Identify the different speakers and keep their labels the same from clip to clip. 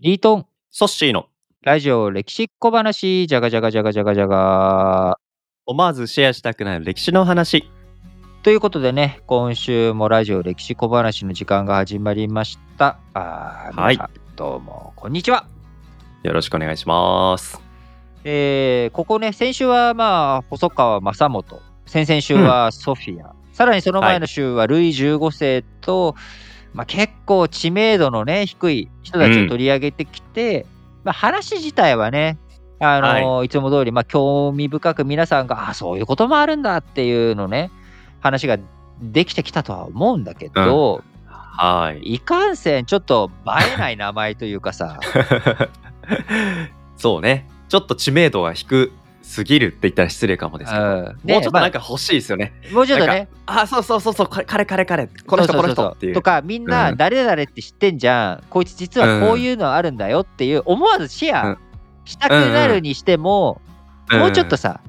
Speaker 1: リートン、
Speaker 2: ソッシーの
Speaker 1: ラジオ歴史小話、じゃがじゃがじゃがじゃがじゃが。
Speaker 2: 思わずシェアしたくなる歴史の話。
Speaker 1: ということでね、今週もラジオ歴史小話の時間が始まりました。あー
Speaker 2: はい。
Speaker 1: 皆さんどうも、こんにちは。
Speaker 2: よろしくお願いします。
Speaker 1: えーここね、先週はまあ、細川正元、先々週はソフィア、さらにその前の週はルイ15世と、まあ、結構知名度のね、低い人たちを取り上げてきて、まあ、話自体はね、あのーい、つも通り、まあ、興味深く皆さんが、あそういうこともあるんだっていうのね、話ができてきたとは思うんだけど、
Speaker 2: はい。
Speaker 1: いかんせん、ちょっと映えない名前というかさ、
Speaker 2: そうね。ちょっと知名度が低すぎるって言ったら失礼かもですけど、
Speaker 1: うんね
Speaker 2: もうちょっと
Speaker 1: まあ
Speaker 2: なんか欲しいですよね。
Speaker 1: もうちょっと
Speaker 2: なん
Speaker 1: ね
Speaker 2: か、あ、そうそうそうそう、か彼彼彼、この人
Speaker 1: そうそ
Speaker 2: この
Speaker 1: うそう
Speaker 2: 人っていう。
Speaker 1: とかみんな
Speaker 2: うん
Speaker 1: 誰々って知ってんじゃん、こいつ実はこういうのあるんだよっていう思わずシェ
Speaker 2: う
Speaker 1: ア
Speaker 2: ん
Speaker 1: したくなるにしても、もうちょっとさ、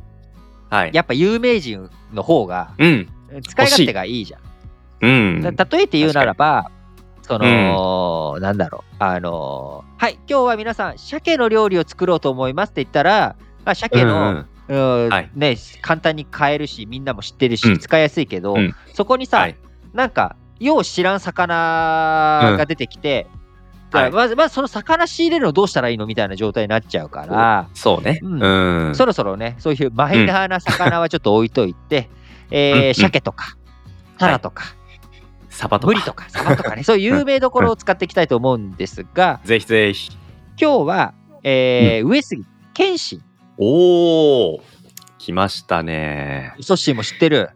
Speaker 2: うん、はい。
Speaker 1: やっぱ有名人の方が
Speaker 2: うん。
Speaker 1: 使い勝手がいいじゃん。
Speaker 2: うん。
Speaker 1: だ例えて言うならばその、なんだろうあのーはい今日は皆さん鮭の料理を作ろうと思いますって言ったら、まあ、鮭の、
Speaker 2: うんうん
Speaker 1: うん
Speaker 2: はい
Speaker 1: ね、簡単に買えるしみんなも知ってるし、
Speaker 2: うん
Speaker 1: 使いやすいけど、
Speaker 2: うん
Speaker 1: そこにさ、
Speaker 2: はい。
Speaker 1: なんか、よう知らん魚が出てきて、だから
Speaker 2: はい
Speaker 1: まず、まずその魚仕入れるのどうしたらいいのみたいな状態になっちゃうから、
Speaker 2: そうね。
Speaker 1: うん
Speaker 2: うん。
Speaker 1: そろそろね、そういうマイナーな魚はちょっと置いとい て、え
Speaker 2: うんう
Speaker 1: ー
Speaker 2: ん
Speaker 1: 鮭とか、タラとか、
Speaker 2: サバと
Speaker 1: ブリ
Speaker 2: か。
Speaker 1: とか、サバと かね、そういう有名どころを使っていきたいと思うんですが、
Speaker 2: ぜひぜひ。
Speaker 1: 今日は、えー上杉謙信、
Speaker 2: おー。来ましたね。
Speaker 1: ソッシーも知ってる。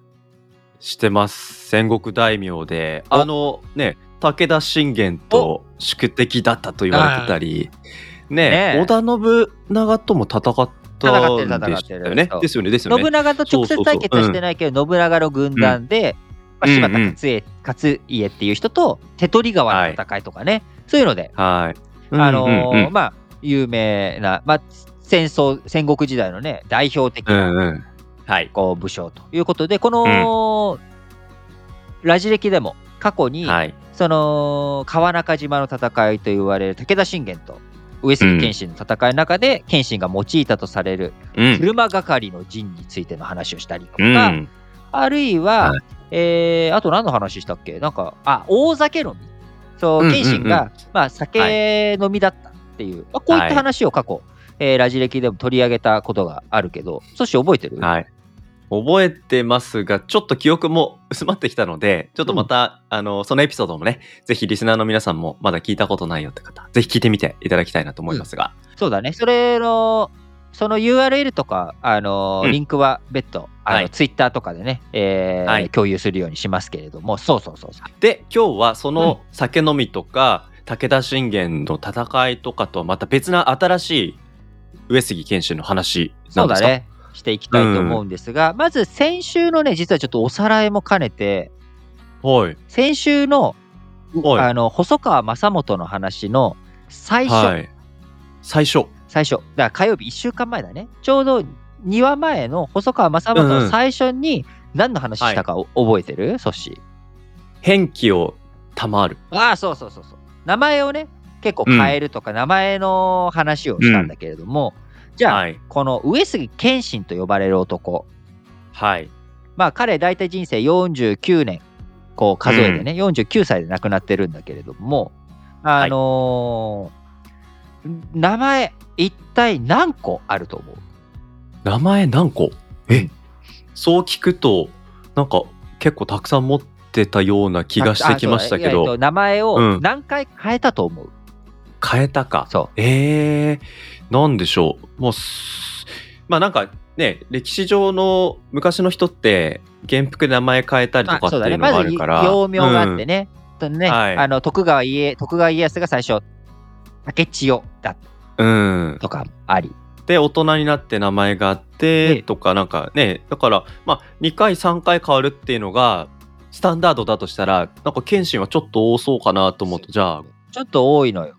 Speaker 2: してます戦国大名で
Speaker 1: お
Speaker 2: あのね武田信玄と宿敵だったと言われてたりね
Speaker 1: ねえ
Speaker 2: 織田信長とも戦ったんで
Speaker 1: 戦っ
Speaker 2: してた
Speaker 1: る
Speaker 2: よね
Speaker 1: 戦ってる
Speaker 2: ですよねですよ
Speaker 1: 信
Speaker 2: ね
Speaker 1: 長と直接対決はしてないけど、信長の軍団で、まあ、柴田
Speaker 2: うんうん
Speaker 1: 勝家勝家っていう人と手取川の戦いとかね、そういうので、
Speaker 2: はい
Speaker 1: あのー
Speaker 2: うんうん
Speaker 1: まあ有名な、まあ、戦争戦国時代のね代表的
Speaker 2: う
Speaker 1: なん
Speaker 2: うんはい
Speaker 1: こう武将ということでこの、ラジ歴でも過去に、
Speaker 2: はい
Speaker 1: その川中島の戦いと言われる武田信玄と上杉謙信の戦いの中で、謙信が用いたとされる
Speaker 2: うん
Speaker 1: 車係の陣についての話をしたりとか、
Speaker 2: うん
Speaker 1: あるいは、
Speaker 2: は
Speaker 1: えーあと何の話したっけなんか、あ、大酒飲み。そうう、
Speaker 2: ん
Speaker 1: 謙信が、
Speaker 2: うんう
Speaker 1: まあ、酒飲みだったっていう、まあ、こういった話を過去、えーラジ歴でも取り上げたことがあるけど、そして覚えてる、
Speaker 2: はい覚えてますがちょっと記憶も薄まってきたのでちょっとまた、あのそのエピソードもねぜひリスナーの皆さんもまだ聞いたことないよって方ぜひ聞いてみていただきたいなと思いますが、
Speaker 1: そうだね。それの、その URL とか、あのー
Speaker 2: うん
Speaker 1: リンクは別途、あ
Speaker 2: は
Speaker 1: の、
Speaker 2: い
Speaker 1: ツイッターとかでね、えー
Speaker 2: はい
Speaker 1: 共有するようにしますけれども、そうそうそうそう。
Speaker 2: で今日はその酒飲みとか、武田信玄の戦いとかとはまた別な新しい上杉謙信の話な
Speaker 1: そ
Speaker 2: ん
Speaker 1: う
Speaker 2: で
Speaker 1: だ
Speaker 2: すか
Speaker 1: ね。していきたいと思うんですが、まず先週のね、実はちょっとおさらいも兼ねて、
Speaker 2: はい
Speaker 1: 先週の
Speaker 2: は
Speaker 1: あの細川正元の話の最
Speaker 2: い
Speaker 1: 初、
Speaker 2: はい最初
Speaker 1: 最初だから火曜日1週間前だねちょうど2話前の細川正元
Speaker 2: うんう
Speaker 1: の
Speaker 2: ん
Speaker 1: 最初に何の話したかお覚えてる、ソッシ
Speaker 2: 変気を賜る
Speaker 1: ーああそうそうそうそう名前をね結構変えるとか、名前の話をしたんだけれども、じゃあ、
Speaker 2: はい
Speaker 1: この上杉謙信と呼ばれる男
Speaker 2: はい
Speaker 1: まあ彼大体人生49年こう数えてね、49歳で亡くなってるんだけれどもあのー名前一体何個あると思う
Speaker 2: 名前何個えそう聞くとなんか結構たくさん持ってたような気がしてきましたけ
Speaker 1: あそうだねえっ
Speaker 2: ど
Speaker 1: と名前
Speaker 2: う
Speaker 1: を
Speaker 2: ん
Speaker 1: 何回変えたと思う、
Speaker 2: 変えたか
Speaker 1: そ
Speaker 2: えー、なんでしょう。もうす、まあなんかね、歴史上の昔の人って、原服で名前変えた
Speaker 1: う
Speaker 2: りとかって
Speaker 1: そうだ
Speaker 2: い
Speaker 1: ね
Speaker 2: うのがあ
Speaker 1: まず
Speaker 2: る
Speaker 1: 幼
Speaker 2: から。
Speaker 1: 名があってね,、とね
Speaker 2: はい
Speaker 1: あの徳川家徳川家康が最初竹千代だった
Speaker 2: うん。うん。
Speaker 1: とかあり
Speaker 2: で、大人になって名前があっ
Speaker 1: ええ
Speaker 2: て、とかなんかね、だから、まあ2回、3回変わるっていうのが、スタンダードだとしたら、なんか謙信はちょっと多そうかなと思うと、じゃあ
Speaker 1: ちょっと多いのよ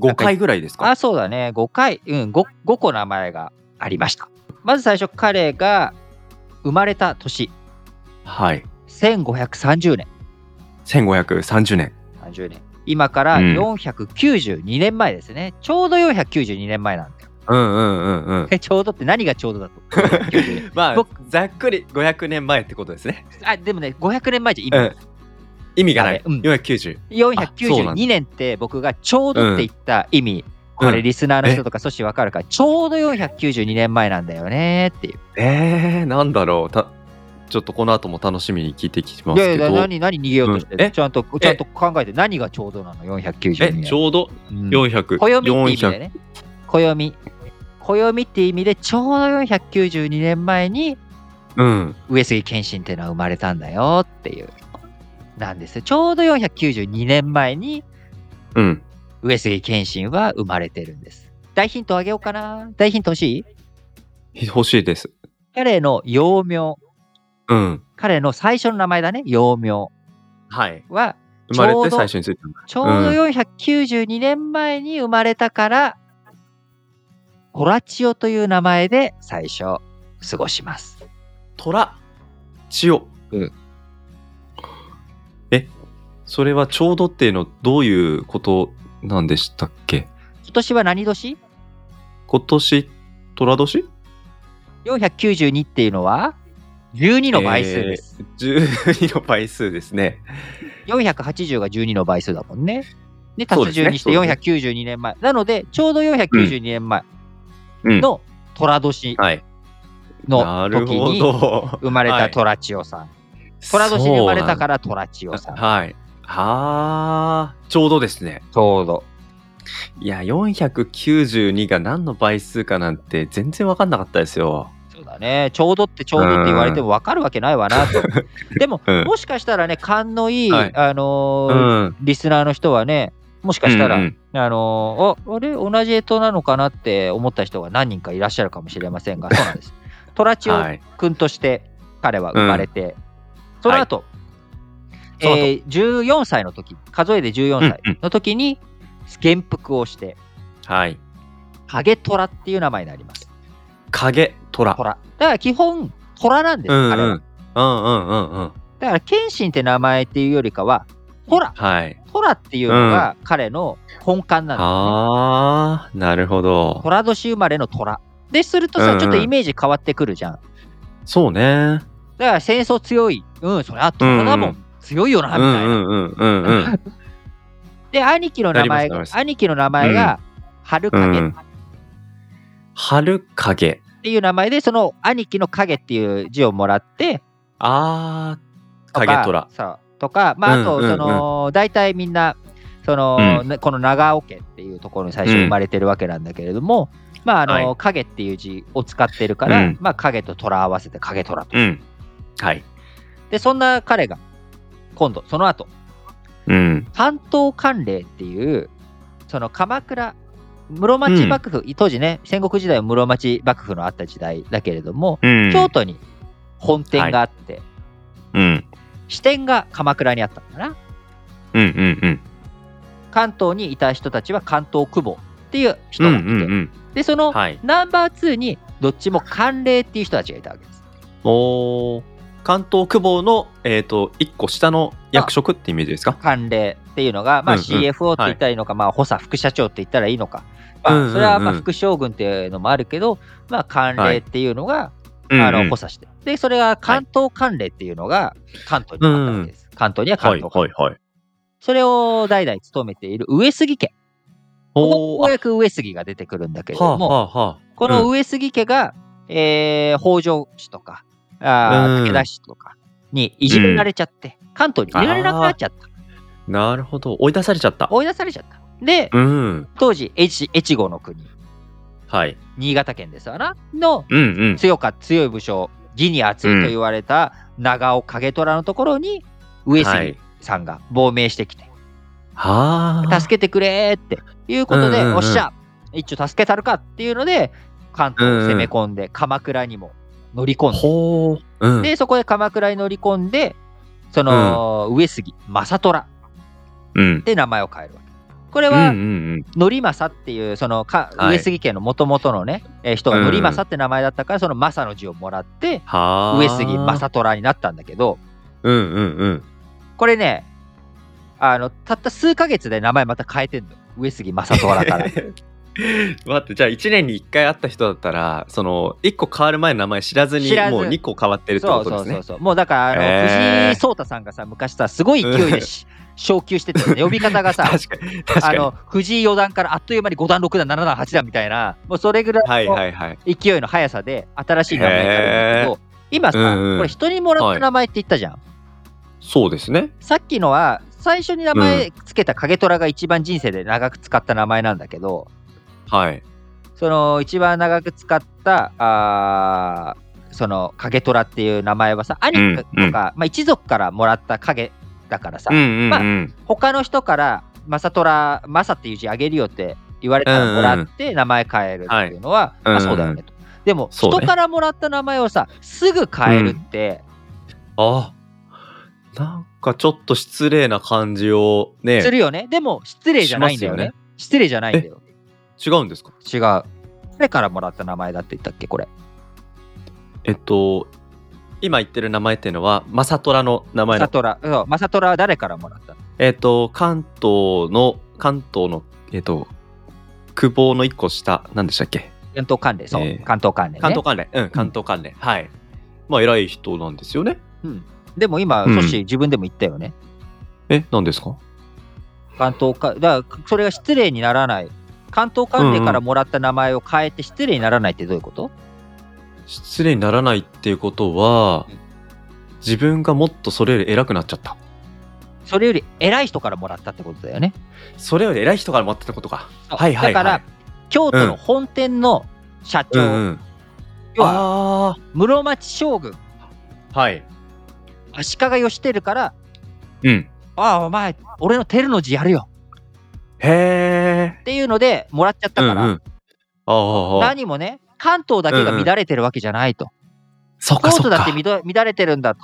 Speaker 2: 5回ぐらいですか。
Speaker 1: あそうだね5回うん 5, 5個名前がありましたまず最初彼が生まれた年
Speaker 2: はい。
Speaker 1: 1530年
Speaker 2: 1530年。
Speaker 1: 30年今から
Speaker 2: うん
Speaker 1: 492年前ですね、ちょうど492年前なんだよ。
Speaker 2: うんうんうんうん。
Speaker 1: えちょうどって何がちょうどだと492
Speaker 2: まあ
Speaker 1: 僕、
Speaker 2: ざっくり500年前ってことですね。
Speaker 1: あでもね500年前じゃ
Speaker 2: う
Speaker 1: 今、
Speaker 2: ん。意味がない。
Speaker 1: あれうん
Speaker 2: 490。あそうなんだ
Speaker 1: 492年って僕がちょうどって言った意味、こ
Speaker 2: う
Speaker 1: れ
Speaker 2: ん
Speaker 1: リスナーの人とか阻止わかるから、ちょうど492年前なんだよねっていう。
Speaker 2: えー、なんだろう。たちょっとこの後も楽しみに聞いてきま
Speaker 1: い
Speaker 2: す
Speaker 1: や
Speaker 2: け
Speaker 1: いや
Speaker 2: ど。
Speaker 1: 何何逃げようとしてる、
Speaker 2: うんえ
Speaker 1: ちゃんとちゃんと考えて何がちょうどなの492
Speaker 2: え、
Speaker 1: 年。
Speaker 2: ちょうど
Speaker 1: うん暦
Speaker 2: 400。
Speaker 1: って意味で
Speaker 2: 400。
Speaker 1: ね。暦。暦って意味でちょうど492年前に
Speaker 2: うん。
Speaker 1: 上杉謙信っていうのは生まれたんだよっていう。なんですよちょうど492年前に
Speaker 2: うん。
Speaker 1: 上杉謙信は生まれてるんです。大ヒントあげようかな大ヒント欲しい
Speaker 2: 欲しいです。
Speaker 1: 彼の幼名、
Speaker 2: うん。
Speaker 1: 彼の最初の名前だね、幼名
Speaker 2: はい。
Speaker 1: は
Speaker 2: 生まれ
Speaker 1: ちょう
Speaker 2: て
Speaker 1: ど
Speaker 2: 最初についたんだ。
Speaker 1: ちょうど492年前に生まれたから、ホラチオという名前で最初過ごします。
Speaker 2: 虎千代
Speaker 1: うん
Speaker 2: えそれはちょうどっていうのどういうことなんでしたっけ
Speaker 1: 今年は何年
Speaker 2: 今年虎年
Speaker 1: ?492 っていうのは12の倍数です。
Speaker 2: 12の倍数ですね
Speaker 1: 480が12の倍数だもんね。で、
Speaker 2: そう
Speaker 1: 達す10
Speaker 2: ですね
Speaker 1: にして
Speaker 2: そうで
Speaker 1: 492年前。なので、ちょうど492年前
Speaker 2: うん
Speaker 1: の虎年
Speaker 2: はいな
Speaker 1: の
Speaker 2: る
Speaker 1: 時
Speaker 2: ほ
Speaker 1: に
Speaker 2: ど
Speaker 1: 生まれた虎千代さん。虎年に生まれたからら虎千代さん。
Speaker 2: はいはあちょうどですね
Speaker 1: ちょうど。
Speaker 2: いや492が何の倍数かなんて全然分かんなかったですよ
Speaker 1: そうだね。ちょうどってちょうどって言われても分かるわけないわなと。 でも、
Speaker 2: うん
Speaker 1: もしかしたらね、勘のいい、
Speaker 2: はい
Speaker 1: あの
Speaker 2: う
Speaker 1: ー
Speaker 2: ん
Speaker 1: リスナーの人はね、もしかしたら、
Speaker 2: うんうん
Speaker 1: あのーあ、あれ、同じ干支なのかなって思った人が何人かいらっしゃるかもしれませんが、そうなん です。トラチ
Speaker 2: は
Speaker 1: オ
Speaker 2: い
Speaker 1: 君として彼は生まれて、その後、え
Speaker 2: その後
Speaker 1: ー14歳の時、数えで14歳の時に、元服をして、
Speaker 2: はい
Speaker 1: 影虎っていう名前になります。
Speaker 2: 影虎
Speaker 1: 虎。だから基本、虎なんです、
Speaker 2: うんうん
Speaker 1: 彼は。
Speaker 2: うんうんうんうん
Speaker 1: だから、謙信って名前っていうよりかは、ホラ、
Speaker 2: はい。
Speaker 1: ホラっていうのが彼の本館なんです、ね。
Speaker 2: ああ、なるほど。
Speaker 1: 虎年生まれの虎。で、すると
Speaker 2: うんう
Speaker 1: さ、
Speaker 2: ん
Speaker 1: ちょっとイメージ変わってくるじゃん。
Speaker 2: そうね。
Speaker 1: だから、戦争強い。うん、そりゃ、虎だも
Speaker 2: うんうん
Speaker 1: ん。強いよ
Speaker 2: う
Speaker 1: な、
Speaker 2: んう
Speaker 1: みたいな。
Speaker 2: んうんうんうん。
Speaker 1: で、兄貴の名前
Speaker 2: なり
Speaker 1: が
Speaker 2: ま、す
Speaker 1: 兄貴の名前が、春
Speaker 2: う
Speaker 1: 影
Speaker 2: ん
Speaker 1: っ
Speaker 2: 春影。
Speaker 1: ていう名前で、その兄貴の影っていう字をもらって、
Speaker 2: ああ、
Speaker 1: とか
Speaker 2: 影虎。
Speaker 1: そうとか、まあ、あ
Speaker 2: うん
Speaker 1: と、
Speaker 2: うん
Speaker 1: その、大体みんな、その、ねこの長尾家っていうところに最初
Speaker 2: うん
Speaker 1: 生まれてるわけなんだけれども、まあ、あの、
Speaker 2: はい
Speaker 1: 影っていう字を使ってるから、
Speaker 2: うん
Speaker 1: まあ、影と虎合わせて影虎と。
Speaker 2: うん。はい。
Speaker 1: で、そんな彼が、今度、その後、
Speaker 2: うん。
Speaker 1: 関東関令っていう、その鎌倉、室町幕府、当時ね、戦国時代は室町幕府のあった時代だけれども、
Speaker 2: うん。
Speaker 1: 京都に本店があって、
Speaker 2: うん。
Speaker 1: 支店が鎌倉にあったんだな。
Speaker 2: うんうんうん。
Speaker 1: 関東にいた人たちは関東久保っていう人
Speaker 2: うん
Speaker 1: がいて、
Speaker 2: うん
Speaker 1: でそ
Speaker 2: うん。
Speaker 1: の
Speaker 2: はい。
Speaker 1: ナンバー2にどっちも関連っていう人たちがいたわけです。
Speaker 2: おー関東久保の、えっ、と、一個下の役職ってイメージですか
Speaker 1: 関連っていうのが、まあ、
Speaker 2: うんうん
Speaker 1: CFO って言ったらいいのか、まあ、補佐副社長って言ったらいいのか、
Speaker 2: うんうん
Speaker 1: ま
Speaker 2: う
Speaker 1: あ、
Speaker 2: ん
Speaker 1: それはまあ副将軍っていうのもあるけど、まあ、関連っていうのが、あ
Speaker 2: うんう
Speaker 1: の
Speaker 2: ん
Speaker 1: 補佐してでそれが関東関連っていうのが関東にあったわけです。関東には関
Speaker 2: はい
Speaker 1: 東、
Speaker 2: はいはい。
Speaker 1: それを代々務めている上杉家ここよう
Speaker 2: おー
Speaker 1: やく上杉が出てくるんだけれ
Speaker 2: はあ
Speaker 1: ど
Speaker 2: は
Speaker 1: も、
Speaker 2: あはあ。
Speaker 1: こ
Speaker 2: う
Speaker 1: の
Speaker 2: ん
Speaker 1: 上杉家が、えー北条氏とかあー
Speaker 2: うん
Speaker 1: 武田氏とかにいじめられちゃって、関東に入れられなくなっちゃった
Speaker 2: なるほど。追い出されちゃった。
Speaker 1: 追い出されちゃったで
Speaker 2: うん。
Speaker 1: 当時越越後の国
Speaker 2: はい。
Speaker 1: 新潟県ですわなの
Speaker 2: うんうん。
Speaker 1: 強か強い武将義に厚いと言われた長尾景虎のところに上
Speaker 2: は
Speaker 1: 杉
Speaker 2: い。
Speaker 1: さんが亡命してきて、
Speaker 2: はあ。
Speaker 1: 助けてくれーっていうことで、
Speaker 2: うんうんうん
Speaker 1: おっしゃ一応助けたるかっていうので関東を攻め込んで、鎌倉にも乗り込んで
Speaker 2: ほう。うん。
Speaker 1: でそこで鎌倉に乗り込んでその、上杉正虎っ
Speaker 2: うん。
Speaker 1: て名前を変えるわけこれ
Speaker 2: うんう
Speaker 1: は
Speaker 2: ん
Speaker 1: 則政っていうそのか、
Speaker 2: はい
Speaker 1: 上杉家の元々のね、えー人が則政って名前だったからその正の字をもらって
Speaker 2: はあ。
Speaker 1: 上杉正虎になったんだけど
Speaker 2: うんうんうん。
Speaker 1: これねあのたった数ヶ月で名前また変えてんの上杉正虎か ら
Speaker 2: 待ってじゃあ1年に1回会った人だったらその1個変わる前の名前知らずに
Speaker 1: 知らず
Speaker 2: もう2個変わってるって
Speaker 1: そ
Speaker 2: こ
Speaker 1: うそ
Speaker 2: とで
Speaker 1: う
Speaker 2: すね
Speaker 1: そうそうもうだからあの、
Speaker 2: へー
Speaker 1: 藤井聡太さんがさ昔さすごい勢いで し昇級してってたね呼び方がさ
Speaker 2: 確かに確か
Speaker 1: あ
Speaker 2: に
Speaker 1: の藤井四段からあっという間に5段6段7段8段みたいなもうそれぐら
Speaker 2: はいい
Speaker 1: の
Speaker 2: はいはい
Speaker 1: 勢いの速さで新しい名前になるんだけど今さ、
Speaker 2: うんうん
Speaker 1: これ人にもらっ
Speaker 2: は
Speaker 1: た
Speaker 2: い
Speaker 1: 名前って言ったじゃん、
Speaker 2: そうですね
Speaker 1: さっきのは最初に名前つけた影虎が一番人生で長く使った名前なんだけど、
Speaker 2: はい
Speaker 1: その一番長く使ったあーその影虎っていう名前はさ兄貴とか、
Speaker 2: うんうん
Speaker 1: まあ、一族からもらった影だからさ、
Speaker 2: うんうんうん
Speaker 1: 他の人から「正虎正っていう字あげるよ」って言われたらもらって名前変えるっていうのは、
Speaker 2: はい
Speaker 1: あそうだよねと。でも
Speaker 2: そうね
Speaker 1: 人からもらった名前をさすぐ変えるって、
Speaker 2: あなんかちょっと失礼な感じをね
Speaker 1: するよねでも失礼じゃないんだよね
Speaker 2: しま
Speaker 1: 失礼じゃないんだよ
Speaker 2: 違うんですか
Speaker 1: 違う誰からもらった名前だって言ったっけこれ
Speaker 2: えっと今言ってる名前っていうのはマサトラの名前
Speaker 1: 正
Speaker 2: の
Speaker 1: 虎そう正虎は誰からもらったの
Speaker 2: えっと関東の関東のえっと久保の一個下何でしたっけ
Speaker 1: 関東関連そう、
Speaker 2: えー
Speaker 1: 関東関連、ね、
Speaker 2: 関東関連うん関東関連、はいまあ偉い人なんですよね
Speaker 1: うん、でも今、
Speaker 2: うん
Speaker 1: ソッシー自分でも言ったよね。
Speaker 2: え何ですか
Speaker 1: 関東か、だからそれが失礼にならない。関東関連からもらった名前を変えて失礼にならないってどういうこと、
Speaker 2: 失礼にならないっていうことは
Speaker 1: うん
Speaker 2: 自分がもっとそれより偉くなっちゃった
Speaker 1: それより偉い人からもらったってことだよね。
Speaker 2: それより偉い人からもらってたことか
Speaker 1: そう
Speaker 2: はいはいはい
Speaker 1: だから、京都の本店の社長、
Speaker 2: ん
Speaker 1: 要は
Speaker 2: あ
Speaker 1: 室町将軍、
Speaker 2: あはい
Speaker 1: 足利義輝から、
Speaker 2: うん
Speaker 1: ああ、お前、俺の照の字やるよ
Speaker 2: へえ
Speaker 1: っていうのでもらっちゃったから、
Speaker 2: うんうん、ああああ
Speaker 1: 何もね、関東だけが乱れてるわけじゃないと。
Speaker 2: そっか
Speaker 1: 京
Speaker 2: そ
Speaker 1: 都
Speaker 2: っ
Speaker 1: だっ
Speaker 2: か
Speaker 1: て乱乱れてるんだと。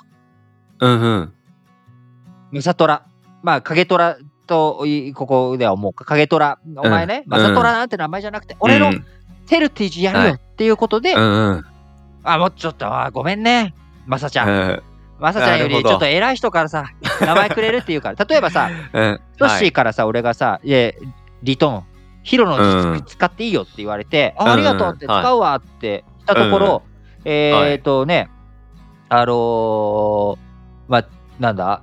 Speaker 2: うんうん
Speaker 1: ムサトラ。まあ、影虎とい、ここでは思うか。影虎。お前ね、
Speaker 2: うん
Speaker 1: ムサトラなんて名前じゃなくて、俺
Speaker 2: う
Speaker 1: の
Speaker 2: ん
Speaker 1: テルティージやる
Speaker 2: は
Speaker 1: よ
Speaker 2: い
Speaker 1: っていうことで、
Speaker 2: うんうん
Speaker 1: あ、もうちょっと、あごめんね、マサちゃん。
Speaker 2: うん
Speaker 1: マサちゃんよ
Speaker 2: なる
Speaker 1: り
Speaker 2: ほど
Speaker 1: ちょっと偉い人からさ、名前くれるっていう から。例えばさ、
Speaker 2: うん
Speaker 1: ロッシーからさ、俺がさ、いえ、リトン、ヒロの
Speaker 2: う
Speaker 1: 字
Speaker 2: ん
Speaker 1: 使っていいよって言われて、
Speaker 2: うん
Speaker 1: あありがとうって
Speaker 2: はい
Speaker 1: 使うわって言ったところ、えっとね、あのー、まあ、なんだ、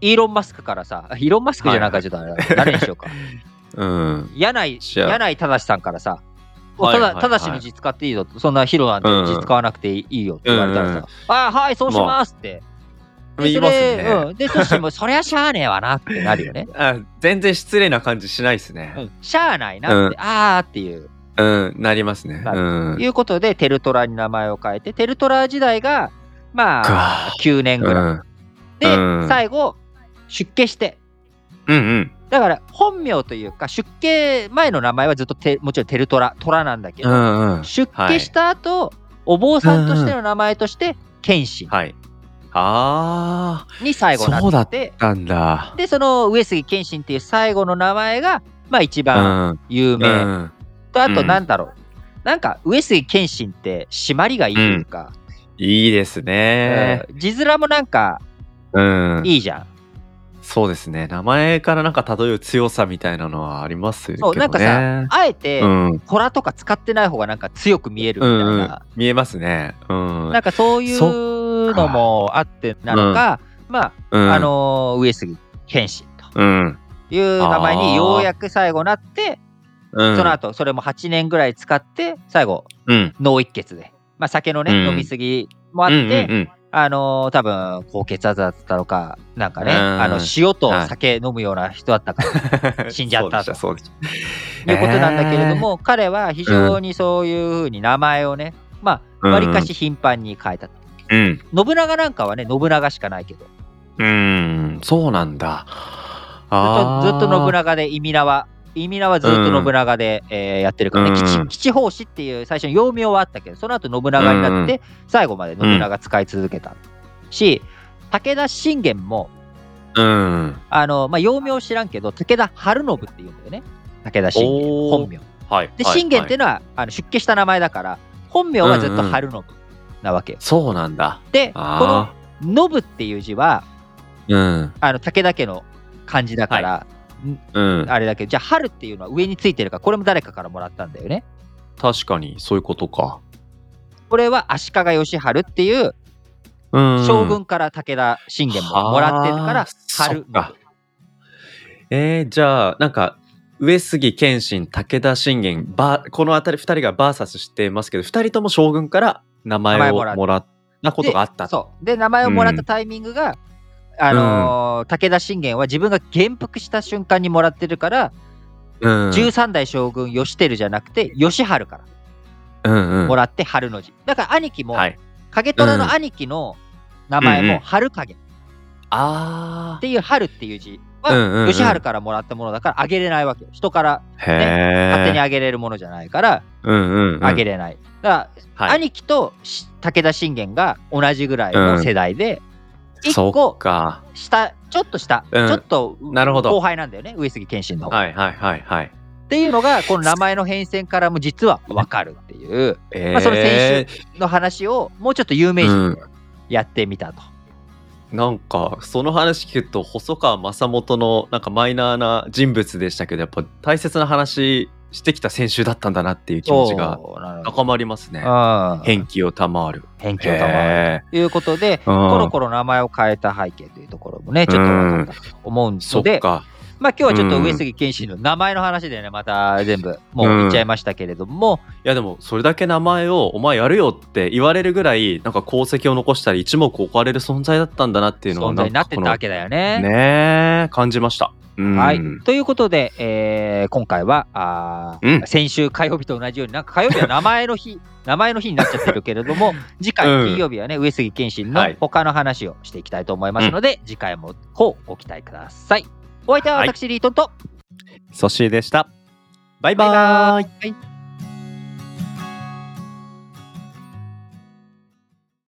Speaker 1: イーロン・マスクからさ、イーロン・マスクじゃなんかちょっとあれだ な、誰にしようか。
Speaker 2: うん
Speaker 1: 柳井、
Speaker 2: じゃあ
Speaker 1: 柳井正さんからさ、
Speaker 2: はい
Speaker 1: ただ
Speaker 2: はいはい
Speaker 1: ただしの字使っていいよと、そんなヒロなんて
Speaker 2: うん
Speaker 1: 字使わなくていいよって言われたらさ、
Speaker 2: うん
Speaker 1: ああ、はい、そうしますって。で
Speaker 2: 言います
Speaker 1: それ
Speaker 2: ね、
Speaker 1: うん、で、そしてもう、そりゃしゃあねえわなってなるよね。
Speaker 2: あ全然失礼な感じしないですね
Speaker 1: しゃあないなって、あーっていう。
Speaker 2: うん、なりますね
Speaker 1: なる
Speaker 2: うん
Speaker 1: いうことで、テルトラに名前を変えて、テルトラ時代が、まあ、
Speaker 2: か
Speaker 1: 9年ぐ
Speaker 2: う
Speaker 1: らい。
Speaker 2: ん
Speaker 1: で、
Speaker 2: うん
Speaker 1: 最後、出家して。
Speaker 2: うんうん
Speaker 1: だから、本名というか、出家前の名前はずっとテ、もちろんテルトラ、トラなんだけ
Speaker 2: う
Speaker 1: ど、
Speaker 2: んうん
Speaker 1: 出
Speaker 2: は
Speaker 1: 家
Speaker 2: い
Speaker 1: した後、お坊さんとしての名前として、謙信
Speaker 2: はいあ
Speaker 1: に最後
Speaker 2: そうだ
Speaker 1: なっ、
Speaker 2: ってあなんだ
Speaker 1: で、その上杉謙信っていう最後の名前が、まあ一
Speaker 2: う
Speaker 1: 番
Speaker 2: ん
Speaker 1: 有
Speaker 2: う
Speaker 1: 名。
Speaker 2: ん
Speaker 1: と、あと
Speaker 2: うん
Speaker 1: なんだろう。なんか、上杉謙信って締まりがいいというか、
Speaker 2: いいですね
Speaker 1: うん字面もなんか
Speaker 2: うん
Speaker 1: いいじゃん。
Speaker 2: そうですね名前からなんか漂う強さみたいなのはありますけ
Speaker 1: そう、
Speaker 2: どね
Speaker 1: なんかさ、あえて、
Speaker 2: うん
Speaker 1: 虎とか使ってない方がなんか強く見えるみ
Speaker 2: う
Speaker 1: たい
Speaker 2: んうん
Speaker 1: な、
Speaker 2: 見えますねうん
Speaker 1: なんかそういうのもあってなのか、まあ、
Speaker 2: うん
Speaker 1: あのー上杉謙信と
Speaker 2: うん
Speaker 1: いう名前にようやく最後なって、
Speaker 2: うん
Speaker 1: その後それも8年ぐらい使って、最後、
Speaker 2: うん
Speaker 1: 脳一血で、まあ、酒のね、
Speaker 2: うん
Speaker 1: 飲みすぎもあって、
Speaker 2: うんうんうん
Speaker 1: あのー多分高血圧だったのか、なんかね、
Speaker 2: うん
Speaker 1: あの塩と酒飲むような人だった から。 死んじゃったと
Speaker 2: そうでしたそうでした
Speaker 1: いうことなんだけれども、彼は非常にそういうふうに名前をね、まあ、わりかし頻繁に変えた。
Speaker 2: えー
Speaker 1: 信長なんかはね、信長しかないけど、ずっ
Speaker 2: うん、うん、そうなんだ
Speaker 1: と
Speaker 2: あ
Speaker 1: ずっと信
Speaker 2: 長
Speaker 1: 長で、意味名は、意味名はずっと信長で、えーやってるからね、
Speaker 2: うん
Speaker 1: 基地基地方士っていう最初の幼名はあったけど、その後信長になって、最後まで信長使い続けた。し、武田信玄も、
Speaker 2: うん
Speaker 1: あの、まあ、幼名知らんけど、武田晴信っていうんだよね、武田信玄、
Speaker 2: おー
Speaker 1: 本名。
Speaker 2: はい
Speaker 1: で、
Speaker 2: はい
Speaker 1: 信玄ってい
Speaker 2: はいう
Speaker 1: のは、あの出家した名前だから、本名はずっと春信なわけよ。
Speaker 2: そうなんだ
Speaker 1: で、この
Speaker 2: あ
Speaker 1: 信っていう字は、
Speaker 2: ーうん
Speaker 1: あの武田家の感じだから、
Speaker 2: うん。
Speaker 1: あれだけどじゃあ春っていうのは上についてるからこれも誰かからもらったんだよね
Speaker 2: 確かに、そういうことか。
Speaker 1: これは足利義晴っていう
Speaker 2: うん。
Speaker 1: 将軍から武田信玄ももらってるから
Speaker 2: はあ
Speaker 1: 春
Speaker 2: そっかえー、じゃあなんか上杉謙信武田信玄ばこの辺り2人がバーサスしてますけど2人とも将軍から
Speaker 1: 名
Speaker 2: 名
Speaker 1: 前
Speaker 2: 前
Speaker 1: もらっ
Speaker 2: をもらったことがあった
Speaker 1: でそうで名前をもらったタイミングが、あのー武田信玄は自分が元服した瞬間にもらってるから、
Speaker 2: うん
Speaker 1: 13代将軍義輝じゃなくて義晴から
Speaker 2: うんうん
Speaker 1: もらって春の字、だから兄貴も、
Speaker 2: はい、
Speaker 1: 影虎の兄貴の名前
Speaker 2: うんう
Speaker 1: も
Speaker 2: ん
Speaker 1: 春影っ
Speaker 2: あ
Speaker 1: ていう春っていう字
Speaker 2: あ、
Speaker 1: は、
Speaker 2: んうんうん
Speaker 1: 義晴からもらったものだからあげれないわけよ人から
Speaker 2: へ
Speaker 1: 勝手に
Speaker 2: え、
Speaker 1: あげれるものじゃないから
Speaker 2: うんうんうん、
Speaker 1: あげれない、だから
Speaker 2: はい、
Speaker 1: 兄貴とし武田信玄が同じぐらいの世代で、一
Speaker 2: そ
Speaker 1: 個
Speaker 2: っか
Speaker 1: 下ちょっと下、
Speaker 2: うん
Speaker 1: ちょっと
Speaker 2: なるほど
Speaker 1: 後輩なんだよね上杉謙信の方、
Speaker 2: はいはいはいはい
Speaker 1: っていうのがこの名前の変遷からも実は分かるっていう
Speaker 2: えー
Speaker 1: まあその先の話をもうちょっと有名人でやってみたと。
Speaker 2: なんかその話聞くと細川正元のなんかマイナーな人物でしたけどやっぱ大切な話してきた先週だったんだなっていう気持ちが
Speaker 1: そうなのよ
Speaker 2: 高まりますね。
Speaker 1: うん
Speaker 2: 変気を賜る。
Speaker 1: 変形をたまる
Speaker 2: へ
Speaker 1: ということで、
Speaker 2: ーうん
Speaker 1: コロコロ名前を変えた背景というところもね、ちょっと分かったと思うん
Speaker 2: そ
Speaker 1: の
Speaker 2: っ
Speaker 1: で、
Speaker 2: か。
Speaker 1: まあ今日はちょっと
Speaker 2: うん
Speaker 1: 上杉謙信の名前の話でね、また全部もう言っちゃいましたけれども、
Speaker 2: いやでもそれだけ名前をお前やるよって言われるぐらいなんか功績を残したり一目置かれる存在だったんだなっていうのは
Speaker 1: 存在になってたわ
Speaker 2: け
Speaker 1: けだよね。
Speaker 2: ねえ感じました。うん
Speaker 1: はい、ということで、えー今回はあー、
Speaker 2: うん
Speaker 1: 先週火曜日と同じようになんか火曜日は名前の 日名前の日になっちゃってるけれども次回
Speaker 2: うん
Speaker 1: 金曜日はね、上杉謙信の
Speaker 2: はい
Speaker 1: 他の話をしていきたいと思いますので、次回もこうご期待ください。お相手は私、リートンと
Speaker 2: ソシーでした。バイバ
Speaker 1: バイバ
Speaker 2: ーイ
Speaker 1: ーイ